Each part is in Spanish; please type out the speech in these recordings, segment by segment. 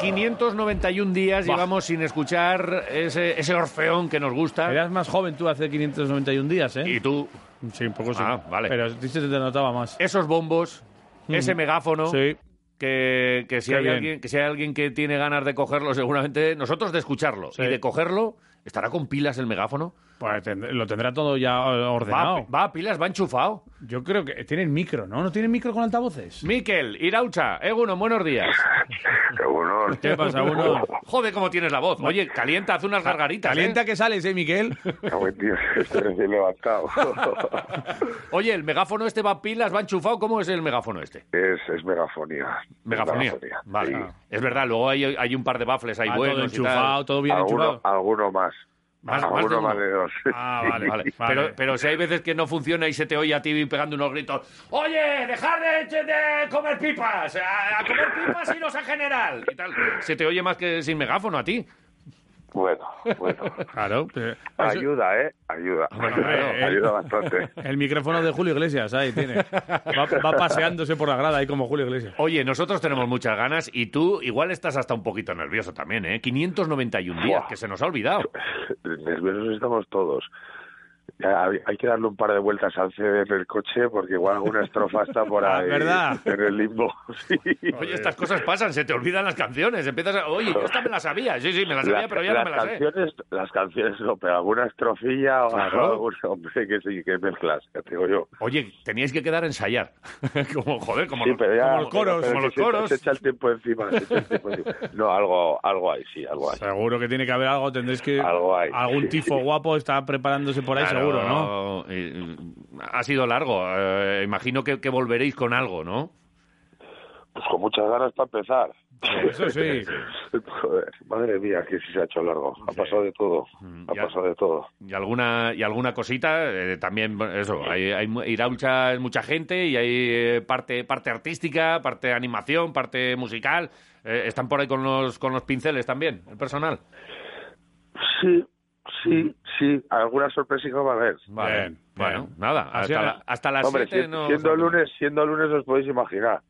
591 días Bah. llevamos sin escuchar ese, ese orfeón que nos gusta. Eras más joven tú hace 591 días, ¿eh? Y tú, Sí, un poco sí. Ah, vale. Pero sí se te notaba más. esos bombos, ese megáfono, Mm. Sí. que, que si Qué hay bien. alguien, que si hay alguien que tiene ganas de cogerlo, seguramente nosotros de escucharlo Sí. y de cogerlo, ¿estará con pilas el megáfono? Pues tend- lo tendrá todo ya ordenado. Va, va a pilas, va enchufado. Yo creo que tienen micro, ¿no? ¿No tienen micro con altavoces? Miquel, Iraucha, Eguno, buenos días. Pues, Según ¿Qué pasa, uno? Joder, cómo tienes la voz. Oye, calienta, haz unas gargaritas. ¿eh? Calienta que sales, ¿eh, Miguel? estoy recién levantado. Oye, el megáfono este va a pilas, va enchufado. ¿Cómo es el megáfono este? es, es megafonía. Megafonía. Vale. sí. Es verdad, luego hay, hay un par de baffles ahí Ah, buenos todo y tal. enchufado, todo bien Alguno, enchufado. alguno más. Más- más de alguno uno. más de dos. Ah, Vale, vale. Vale. Pero, pero si hay veces que no funciona y se te oye a ti pegando unos gritos, oye, dejar de, de comer pipas, a, a comer pipas y no a general. Y tal. Se te oye más que sin megáfono a ti. Bueno, bueno. Claro. pero- eso- Pues Ayuda, ¿eh? Ayuda. Bueno, claro. Ayuda bastante. El micrófono de Julio Iglesias, ahí tiene. Va, va paseándose por la grada, ahí como Julio Iglesias. Oye, nosotros tenemos muchas ganas y tú igual estás hasta un poquito nervioso también, ¿eh? 591 días, Buah. que se nos ha olvidado. Nerviosos estamos todos. Ya hay, hay que darle un par de vueltas al CD en el coche porque igual alguna estrofa está por Ah, ahí ¿verdad? en el limbo. Sí. Oye, estas cosas pasan, se te olvidan las canciones, empiezas a... Oye, yo esta me la sabía, sí, sí, me la sabía, La- pero ya no las me la sé. canciones, las canciones no, pero alguna estrofilla o Claro. algún hombre que sí que mezclas, ya te digo yo. Oye, teníais que quedar a ensayar. como, joder, como Sí, los, pero ya- como los pero- coros. pero como los se echa- coros. Se echa el tiempo encima. se echa el tiempo encima. No, algo, algo hay, sí, algo hay. Seguro que tiene que haber algo, tendréis que... Algo hay. Algún tifo guapo está preparándose por ahí, Claro, seguro, ¿no? eh, ha sido largo. eh, imagino que, que volveréis con algo, ¿no? Pues con muchas ganas para empezar. Eso sí. Joder, madre mía, que sí se ha hecho largo. Ha pasado de todo. Ha Mm, ya. pasado de todo. Y alguna, y alguna cosita, eh, también, bueno, eso, hay, hay mu- Iraucha es mucha gente y hay eh, parte, parte artística, parte animación, parte musical. Eh, ¿Están por ahí con los, con los pinceles también, el personal? Sí, Mm. sí, sí. Alguna sorpresa va a haber. Vale. Bien, bueno, bien. nada, hasta, Así era. la- hasta las Hombre, 7 si- no... siendo, lunes, siendo lunes os podéis imaginar.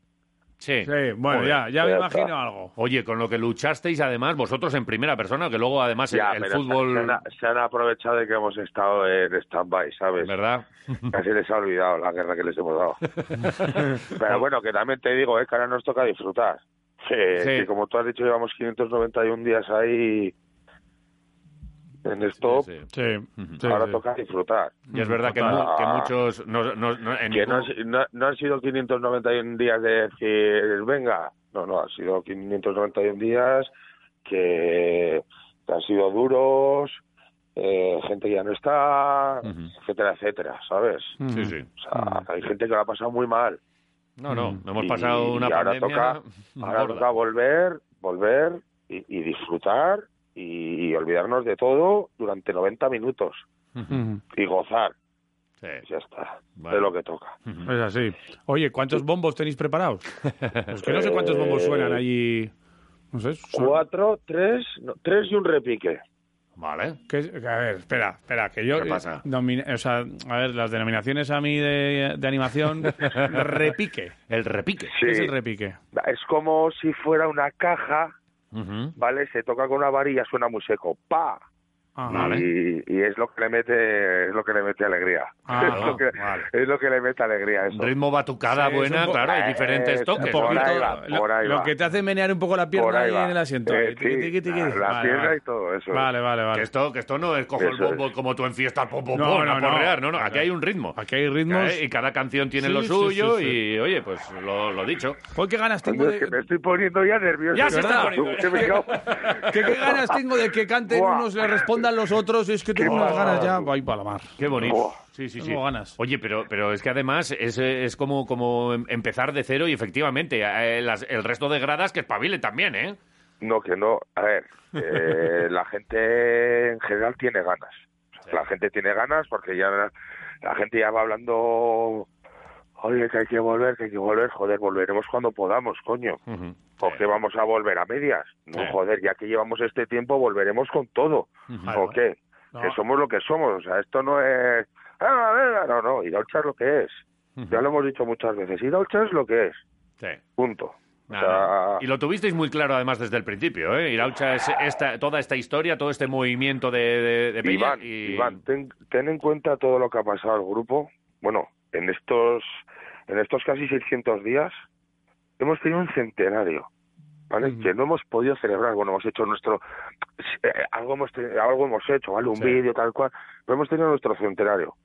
Sí. Sí, bueno, Joder. ya, ya me Ya imagino está. algo. Oye, con lo que luchasteis, además, vosotros en primera persona, que luego, además, el- Ya, el, pero fútbol... se, han, se han aprovechado de que hemos estado en stand-by, ¿sabes? ¿Verdad? Casi les ha olvidado la guerra que les hemos dado. Pero bueno, que también te digo, eh, que ahora nos toca disfrutar. Que, Sí. que como tú has dicho, llevamos 591 días ahí en stop. Sí, sí. Sí, sí, ahora sí. toca disfrutar. Y es verdad que, Total. mu- que muchos no, no- no- en Que ningún- no, han si- no- no han sido 591 días de decir, venga. No, no, han sido 591 días que, que han sido duros, eh, gente que ya no está, Ujú. etcétera, etcétera, ¿sabes? Sí, sí. O sea, hay gente que lo ha pasado muy mal. Mm. No, no, hemos Y- pasado una y ahora pandemia toca- Ahora gorda. toca volver, volver y, y disfrutar y, olvidarnos de todo durante 90 minutos Ujú. y gozar. Sí. Mm. Ya está, Vale. es lo que toca. Es así. Oye, ¿cuántos bombos tenéis preparados? Es que no sé cuántos bombos suenan allí. No sé. son- Cuatro, tres, no, tres y un repique. Vale. que- que, a ver, espera, espera, que yo. ¿Qué pasa? domina- o sea, a ver, las denominaciones a mí de, de animación. repique. El repique. Sí, ¿Qué es el repique? es como si fuera una caja, Ujú. ¿vale? Se toca con una varilla, suena muy seco, ¡pa! Ah, Vale. Y, y es lo que le mete, es lo que le mete alegría. Ah, es, lo que, vale. es lo que le mete alegría eso. Ritmo batucada Sí, es un buena, po- claro, hay diferentes Eh, toques. Un Por poquito, ahí va, lo, por ahí lo va. que te hace menear un poco la pierna Por ahí ahí va. en el asiento. Eh, Tiqui, sí, tiqui, tiqui. la- la Vale, pierna vale. y todo eso. Vale, vale, vale. Que esto, que esto no es cojo el Eso bombo como tú en fiesta, pop, pop, No, pop, no, a no. porrear. no, no, aquí hay un ritmo. ¿Eh? Aquí hay ritmos. Y cada canción tiene Sí, lo sí, suyo sí, sí. y, oye, pues lo, lo dicho. Joder, qué ganas tengo Coño, es de, que me estoy poniendo ya nervioso. Ya se está ¿verdad? poniendo. Se me cago. ¿Qué, qué ganas tengo de que canten Buah. unos, le respondan los otros? Es que tengo Qué unas ganas ya. pasada. Voy para la mar. Qué bonito. Buah. Sí, sí, sí. Tengo ganas. Oye, pero, pero es que además es, eh, es como, como em- empezar de cero y efectivamente eh, las- el resto de gradas que espabile también, ¿eh? No, que no. A ver, eh, la gente en general tiene ganas. La gente tiene ganas porque ya la gente ya va hablando. Oye, que hay que volver, que hay que volver. Joder, volveremos cuando podamos, coño. Ujú. ¿Por qué vamos a volver a medias? No, Sí. joder, ya que llevamos este tiempo, volveremos con todo. ¿O qué? No. Que somos lo que somos. O sea, esto no es. "Ah, venga". No, no, Iraucha es lo que es. Ya lo hemos dicho muchas veces. Iraucha es lo que es. Sí. Punto. Nah, nah. Y lo tuvisteis muy claro además desde el principio, ¿eh? Iraucha es esta, toda esta historia, todo este movimiento de, de, de Peña Iván, y... Iván, ten, ten en cuenta todo lo que ha pasado al grupo. Bueno, en estos, en estos casi 600 días hemos tenido un centenario. ¿Vale? Que no hemos podido celebrar, bueno, hemos hecho nuestro, eh, algo hemos, te- algo hemos hecho, ¿vale? Un Sí. vídeo, tal cual, pero hemos tenido nuestro centenario,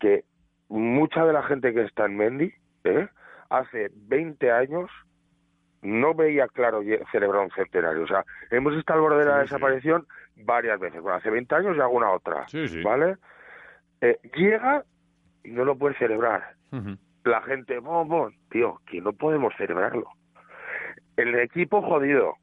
que mucha de la gente que está en Mendy, ¿eh? Hace 20 años no veía claro ye- celebrar un centenario, o sea, hemos estado al borde de la Sí, sí. desaparición varias veces, bueno, hace 20 años y alguna otra, Sí, sí. ¿vale? Eh, llega y no lo puede celebrar, Ujú. la gente, bon, bon, tío, que no podemos celebrarlo. El equipo jodido.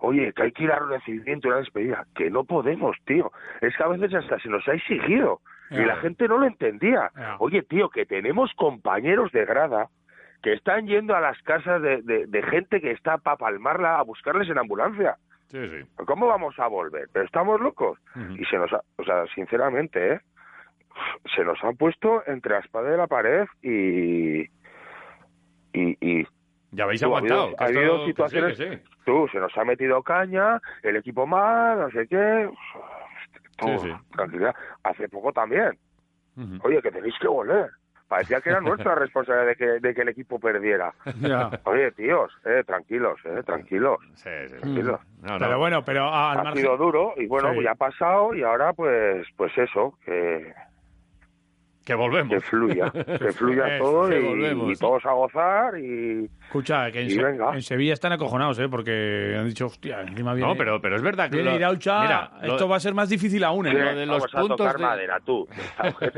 Oye, que hay que ir a un recibimiento, una despedida. Que no podemos, tío. Es que a veces hasta se nos ha exigido. Y Ya. la gente no lo entendía. Ya. Oye, tío, que tenemos compañeros de grada que están yendo a las casas de, de- de gente que está para palmarla a buscarles en ambulancia. Sí, sí. ¿Cómo vamos a volver? Pero estamos locos. Ujú. Y se nos ha, o sea, sinceramente, ¿eh? se nos han puesto entre la espada y la pared y. Y, y Ya habéis tú, ha habido- aguantado. que ha esto- habido que sí, situaciones- que sí. tú, se nos ha metido caña, el equipo mal, no sé qué. Tú, Sí, sí. tranquilidad. Hace poco también. Ujú. Oye, que tenéis que volver. Parecía que era nuestra responsabilidad de que, de que el equipo perdiera. Ya. Oye, tíos, eh, tranquilos, eh, tranquilos. Sí, sí. tranquilos. No, no. Pero bueno, pero a- al ha margen. sido duro y bueno, Sí. pues ya ha pasado y ahora pues pues eso, que, Que que volvemos. fluya, que fluya Eso, todo que y, volvemos. y todos a gozar y Escucha, que en, Y Se- venga. en Sevilla están acojonados, ¿eh? Porque han dicho, hostia, encima viene. No, pero, pero es verdad que... Viene lo- Iraucha, mira, lo- esto va a ser más difícil aún, ¿eh? Sí. de los vamos a tocar puntos de- madera tú,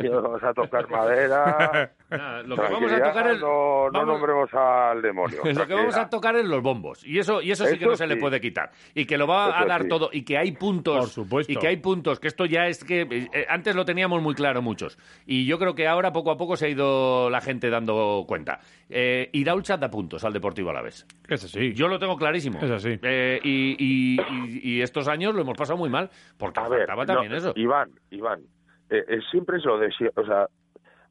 vamos a tocar madera, nada, lo que vamos a Tranquilidad, tocar es... no, no vamos- nombremos al demonio, Lo que vamos a tranquilidad. tocar es los bombos. Y eso, y eso sí que Eso no se le sí. puede quitar. Y que lo va a Eso dar sí. todo. Y que hay puntos. Por supuesto. Y que hay puntos. Que esto ya es que. eh, eh, antes lo teníamos muy claro muchos. Y yo creo que ahora poco a poco se ha ido la gente dando cuenta. Eh, Iraucha da puntos al Deportivo Alavés. Eso sí. Yo lo tengo clarísimo. Es así. Eh, y, y- y- y estos años lo hemos pasado muy mal. Porque A ver, faltaba no, también eso. Iván, Iván, eh, eh, siempre es lo de, sie- o sea,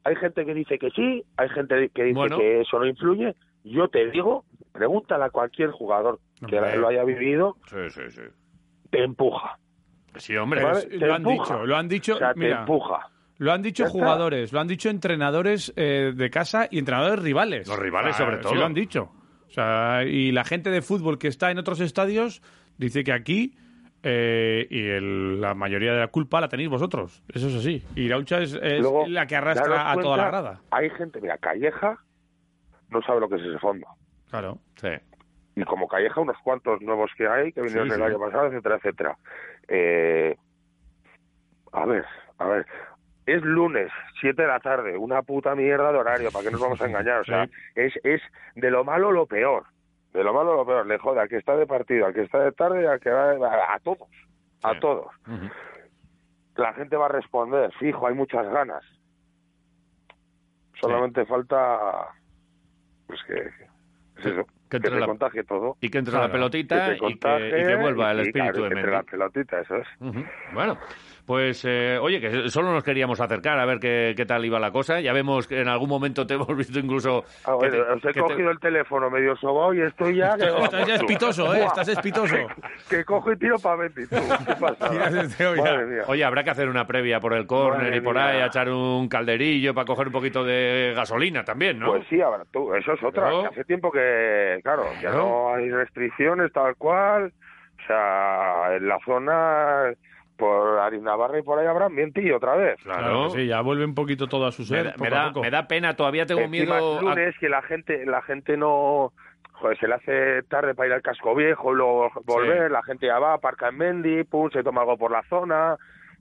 hay gente que dice que sí, hay gente que dice Bueno. que eso no influye. Yo te digo, pregúntale a cualquier jugador que Hombre. lo haya vivido, Sí, sí, sí. te empuja. Sí, hombre. Pero Vale, es- te lo han empuja. dicho, lo han dicho. O sea, te mira, empuja. lo han dicho Ya está. jugadores, lo han dicho entrenadores eh, de casa y entrenadores rivales. Los rivales, O sea, sobre sí todo. lo han dicho. O sea, y la gente de fútbol que está en otros estadios dice que aquí. eh, y el- la mayoría de la culpa la tenéis vosotros. Eso es así. Y Iraucha es, es Luego, la que daros arrastra a toda cuenta, la grada. Hay gente, mira, Calleja no sabe lo que es ese fondo. Claro. Sí. Y como Calleja, unos cuantos nuevos que hay que vinieron Sí, el sí. año pasado, etcétera, etcétera. Eh, a ver, a ver. Es lunes, 7 de la tarde, una puta mierda de horario, ¿para qué nos vamos a engañar? O sea, Sí. es, es de lo malo lo peor. De lo malo lo peor. Le jode al que está de partido, al que está de tarde, al que va de- a, a todos. A Sí. todos. Ujú. la gente va a responder, fijo, hay muchas ganas. Solamente falta pues que, es eso, Que que, entre se la- contagie todo. Y que entre la Claro. pelotita se y que, contagie y que vuelva y el que, espíritu claro, de entre Mendy. la pelotita, eso es. Ujú. Bueno, pues eh, oye, que solo nos queríamos acercar a ver qué, qué tal iba la cosa. Ya vemos que en algún momento te hemos visto incluso. Ah, que bueno, te- os he que te- cogido el teléfono medio sobao y estoy ya... que vamos, Estás ya pues tú. espitoso, ¿eh? Buah, Estás espitoso. Que cojo y tiro para Mendy, tú. ¿Qué pasa? Tiras desde hoy ya. Madre mía. Oye, habrá que hacer una previa por el córner Madre y por mía. ahí, a echar un calderillo para coger un poquito de gasolina también, ¿no? Pues sí, ahora tú, eso es otra. Claro. que Hace tiempo que, claro, ya Claro. no hay restricciones tal cual. O sea, en la zona, por Arinabarra y por ahí habrá y otra vez. claro. que sí, ya vuelve un poquito todo a su me, ser. da, poco me a da- poco. me da pena, todavía tengo Encima miedo. a- es lunes que la gente, la gente no... Joder, se le hace tarde para ir al casco viejo, luego volver, la gente ya va, aparca en Mendy, pum, se toma algo por la zona,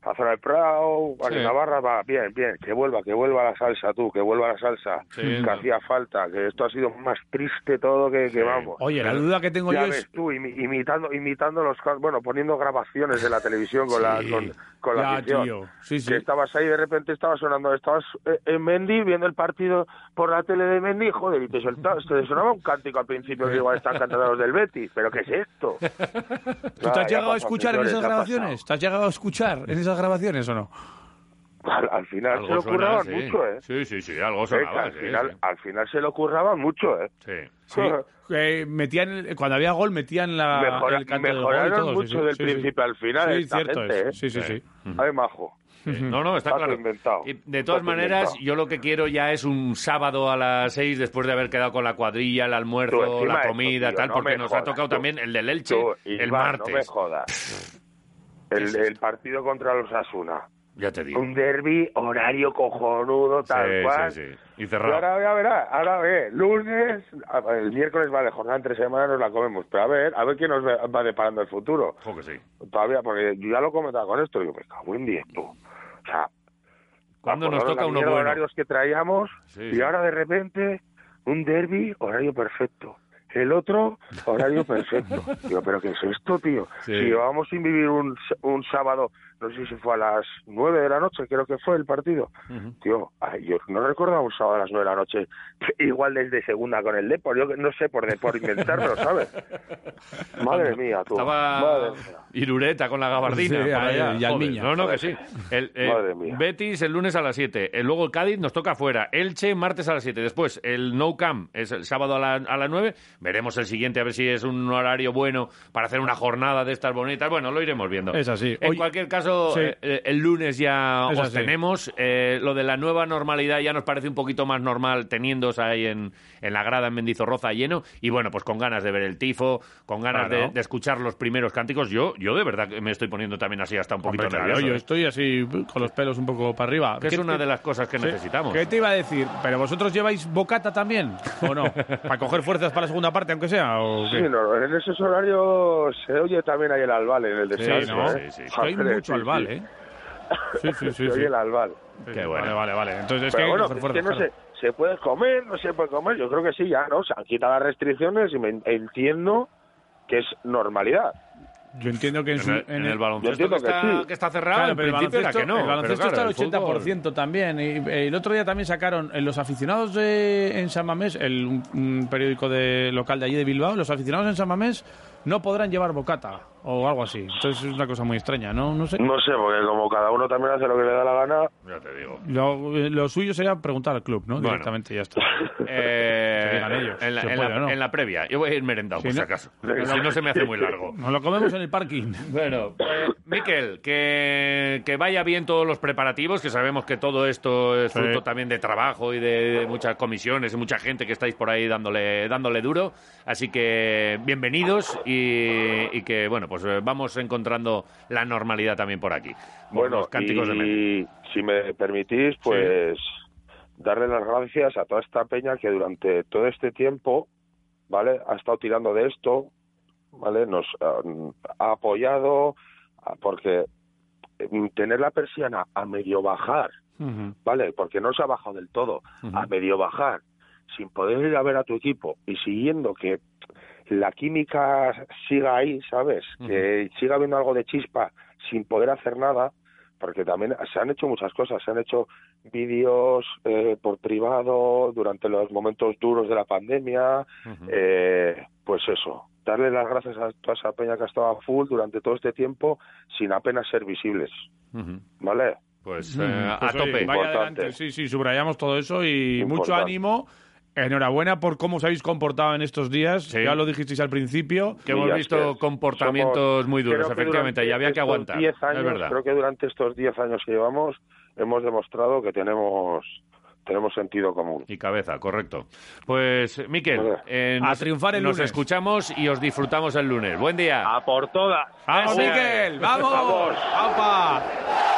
la zona del Prado, Arinabarra, va, bien, bien, que vuelva, que vuelva la salsa tú, que vuelva la salsa, Sí, que no. hacía falta, que esto ha sido más triste todo que, que vamos. Oye, la duda que tengo Ya yo ves es. tú, imi- imitando, imitando los... ca- Bueno, poniendo grabaciones de la televisión con la, Sí, con, con la ya, afición. tío. Sí, sí. Que estabas ahí de repente estaba sonando, estabas eh, en Mendy viendo el partido por la tele de Mendy, joder, y te, solta- te sonaba un cántico al principio que igual están cantando los del Betis, pero ¿qué es esto? ¿Tú te has llegado a escuchar en esas grabaciones? Pasado. ¿Te has llegado a escuchar en esas grabaciones o no? al, al final Algo se lo suena, curraban sí. mucho, ¿eh? Sí, sí, sí, algo Eh, que sonaba, al, sí, final, al final se lo curraban mucho, ¿eh? sí. Sí. Sí. Eh, metían el- cuando había gol, metían la, Mejora- el canto del gol y mejoraron todo, sí, mucho sí, del sí, sí. principio al final. Sí, esta cierto gente, es. Sí, sí, sí. ¿eh? Ay, majo. Eh, No, no, está Dato claro. inventado. Y de todas Dato maneras, inventado. yo lo que quiero ya es un sábado a las seis, después de haber quedado con la cuadrilla, el Tú, almuerzo, encima la de eso, comida, tío, tal, no porque me nos ha jodas, tocado tú. también el del Elche Tú, el Iván, No me martes. jodas. El, el partido contra los Asuna. ya te digo. Un derby, horario cojonudo, tal Sí, cual. sí, sí. Y Y cerrado. ahora ya verá, ahora ve, lunes, a- el miércoles vale, jornada entre semanas nos la comemos, pero a ver, a ver qué nos ve- va deparando el futuro. Ojo que sí. Todavía, porque yo ya lo comentaba con esto, yo me cago en 10, tú. O sea, ¿Cuándo nos acordaros toca la uno mierda de bueno? horarios que traíamos Sí, y sí. ahora de repente un derby, horario perfecto. El otro, horario perfecto. Digo, pero ¿qué es esto, tío? Sí. Si llevábamos sin vivir un, s- un sábado, no sé si fue a las nueve de la noche, creo que fue el partido. Ujú. Tío, ay, yo no recordaba un sábado a las nueve de la noche, igual desde segunda con el Depor, yo que- no sé por, de- por inventarlo, ¿sabes? Madre mía, tú. Madre Estaba mía. Irureta con la gabardina. Sí, por ahí, allá. y Almiña. Joder, No, no, que sí. El, eh, Madre mía. Betis el lunes a las 7. Eh, luego el Cádiz nos toca fuera. Elche martes a las 7. Después el No Camp es el sábado a, la- a las 9. Veremos el siguiente a ver si es un horario bueno para hacer una jornada de estas bonitas. Bueno, lo iremos viendo. Es así. En Hoy- cualquier caso, Sí. eh, eh, el lunes ya Es os así. tenemos. Eh, lo de la nueva normalidad ya nos parece un poquito más normal teniéndos ahí en, en la grada en Mendizorroza lleno. Y bueno, pues con ganas de ver el tifo, con ganas Claro. de, de escuchar los primeros cánticos. Yo, yo de verdad que me estoy poniendo también así hasta un poquito Hombre, claro, nervioso. yo ¿eh? estoy así con los pelos un poco para arriba. Que es ¿Qué- una qué- de las cosas que sí? necesitamos. ¿Qué te iba a decir? ¿Pero vosotros lleváis bocata también? ¿O no? ¿Para coger fuerzas para la segunda parte, aunque sea? ¿o qué? Sí, no, en esos horarios se oye también ahí el albal en el descanso. ¿no? ¿eh? Sí, sí. Es que hay Joder, mucho sí, al bal, sí. ¿eh? Sí, sí, sí. Se sí. oye el albal. Qué bueno. Vale, vale, vale. Entonces es que Pero hay que bueno, coger es que fuerzas. no claro. se, se puede comer, no se puede comer. Yo creo que sí, ya, ¿no? Se han quitado las restricciones y me en- entiendo que es normalidad. Yo entiendo que en, su- En el, en el baloncesto entiendo que está, que sí. que está cerrado, Claro, en pero el principio era baloncesto, que no. el baloncesto pero claro, está al fútbol- 80% también. Y, eh, el otro día también sacaron eh, los aficionados de- en San Mamés, el, un, un periódico de, local de allí de Bilbao, los aficionados en San Mamés no podrán llevar bocata o algo así. Entonces es una cosa muy extraña, ¿no? No sé. No sé, porque como cada uno también hace lo que le da la gana, Ya te digo. Lo, eh, lo suyo sería preguntar al club, ¿no? Bueno. Directamente ya está. Eh, Que digan ellos, en, la, si en puede la- o no. en la previa. Yo voy a ir merendado, Sí, por ¿no? si acaso. Si no se me hace muy largo. Nos lo comemos en el parking. Bueno, pues, Miquel, que, que vaya bien todos los preparativos, que sabemos que todo esto es Sí. fruto también de trabajo y de, de muchas comisiones y mucha gente que estáis por ahí dándole, dándole duro. Así que bienvenidos y, y que, bueno, pues eh, vamos encontrando la normalidad también por aquí. por bueno, los cánticos de Mendy. y si me permitís, pues darle las gracias a toda esta peña que durante todo este tiempo, ¿vale? Ha estado tirando de esto, ¿vale? Nos um, ha apoyado, ah, porque mm, tener la persiana a medio bajar, ¿vale? Porque no se ha bajado del todo, a medio bajar, sin poder ir a ver a tu equipo y siguiendo que la química siga ahí, ¿sabes? Que siga habiendo algo de chispa sin poder hacer nada, porque también se han hecho muchas cosas, se han hecho vídeos eh, por privado durante los momentos duros de la pandemia, Ujú. eh, pues eso, darle las gracias a toda esa peña que ha estado a full durante todo este tiempo sin apenas ser visibles, Ujú. ¿vale? Pues Mm, eh, a pues oye, tope. vaya Importante. adelante, sí, sí, subrayamos todo eso y mucho Importante. ánimo. Enhorabuena por cómo os habéis comportado en estos días. Sí. Ya lo dijisteis al principio. Que Y hemos ya visto es que comportamientos somos- muy duros, creo que efectivamente, durante y había que estos aguantar. 10 es años, verdad. Creo que durante estos 10 años que llevamos hemos demostrado que tenemos tenemos sentido común. Y cabeza, correcto. Pues, Miquel, Vale. eh, A nos, triunfar el nos lunes. escuchamos y os disfrutamos el lunes. Buen día. por todas. ¡Vamos, Ese. Miquel! ¡Vamos! Vamos. ¡Apa!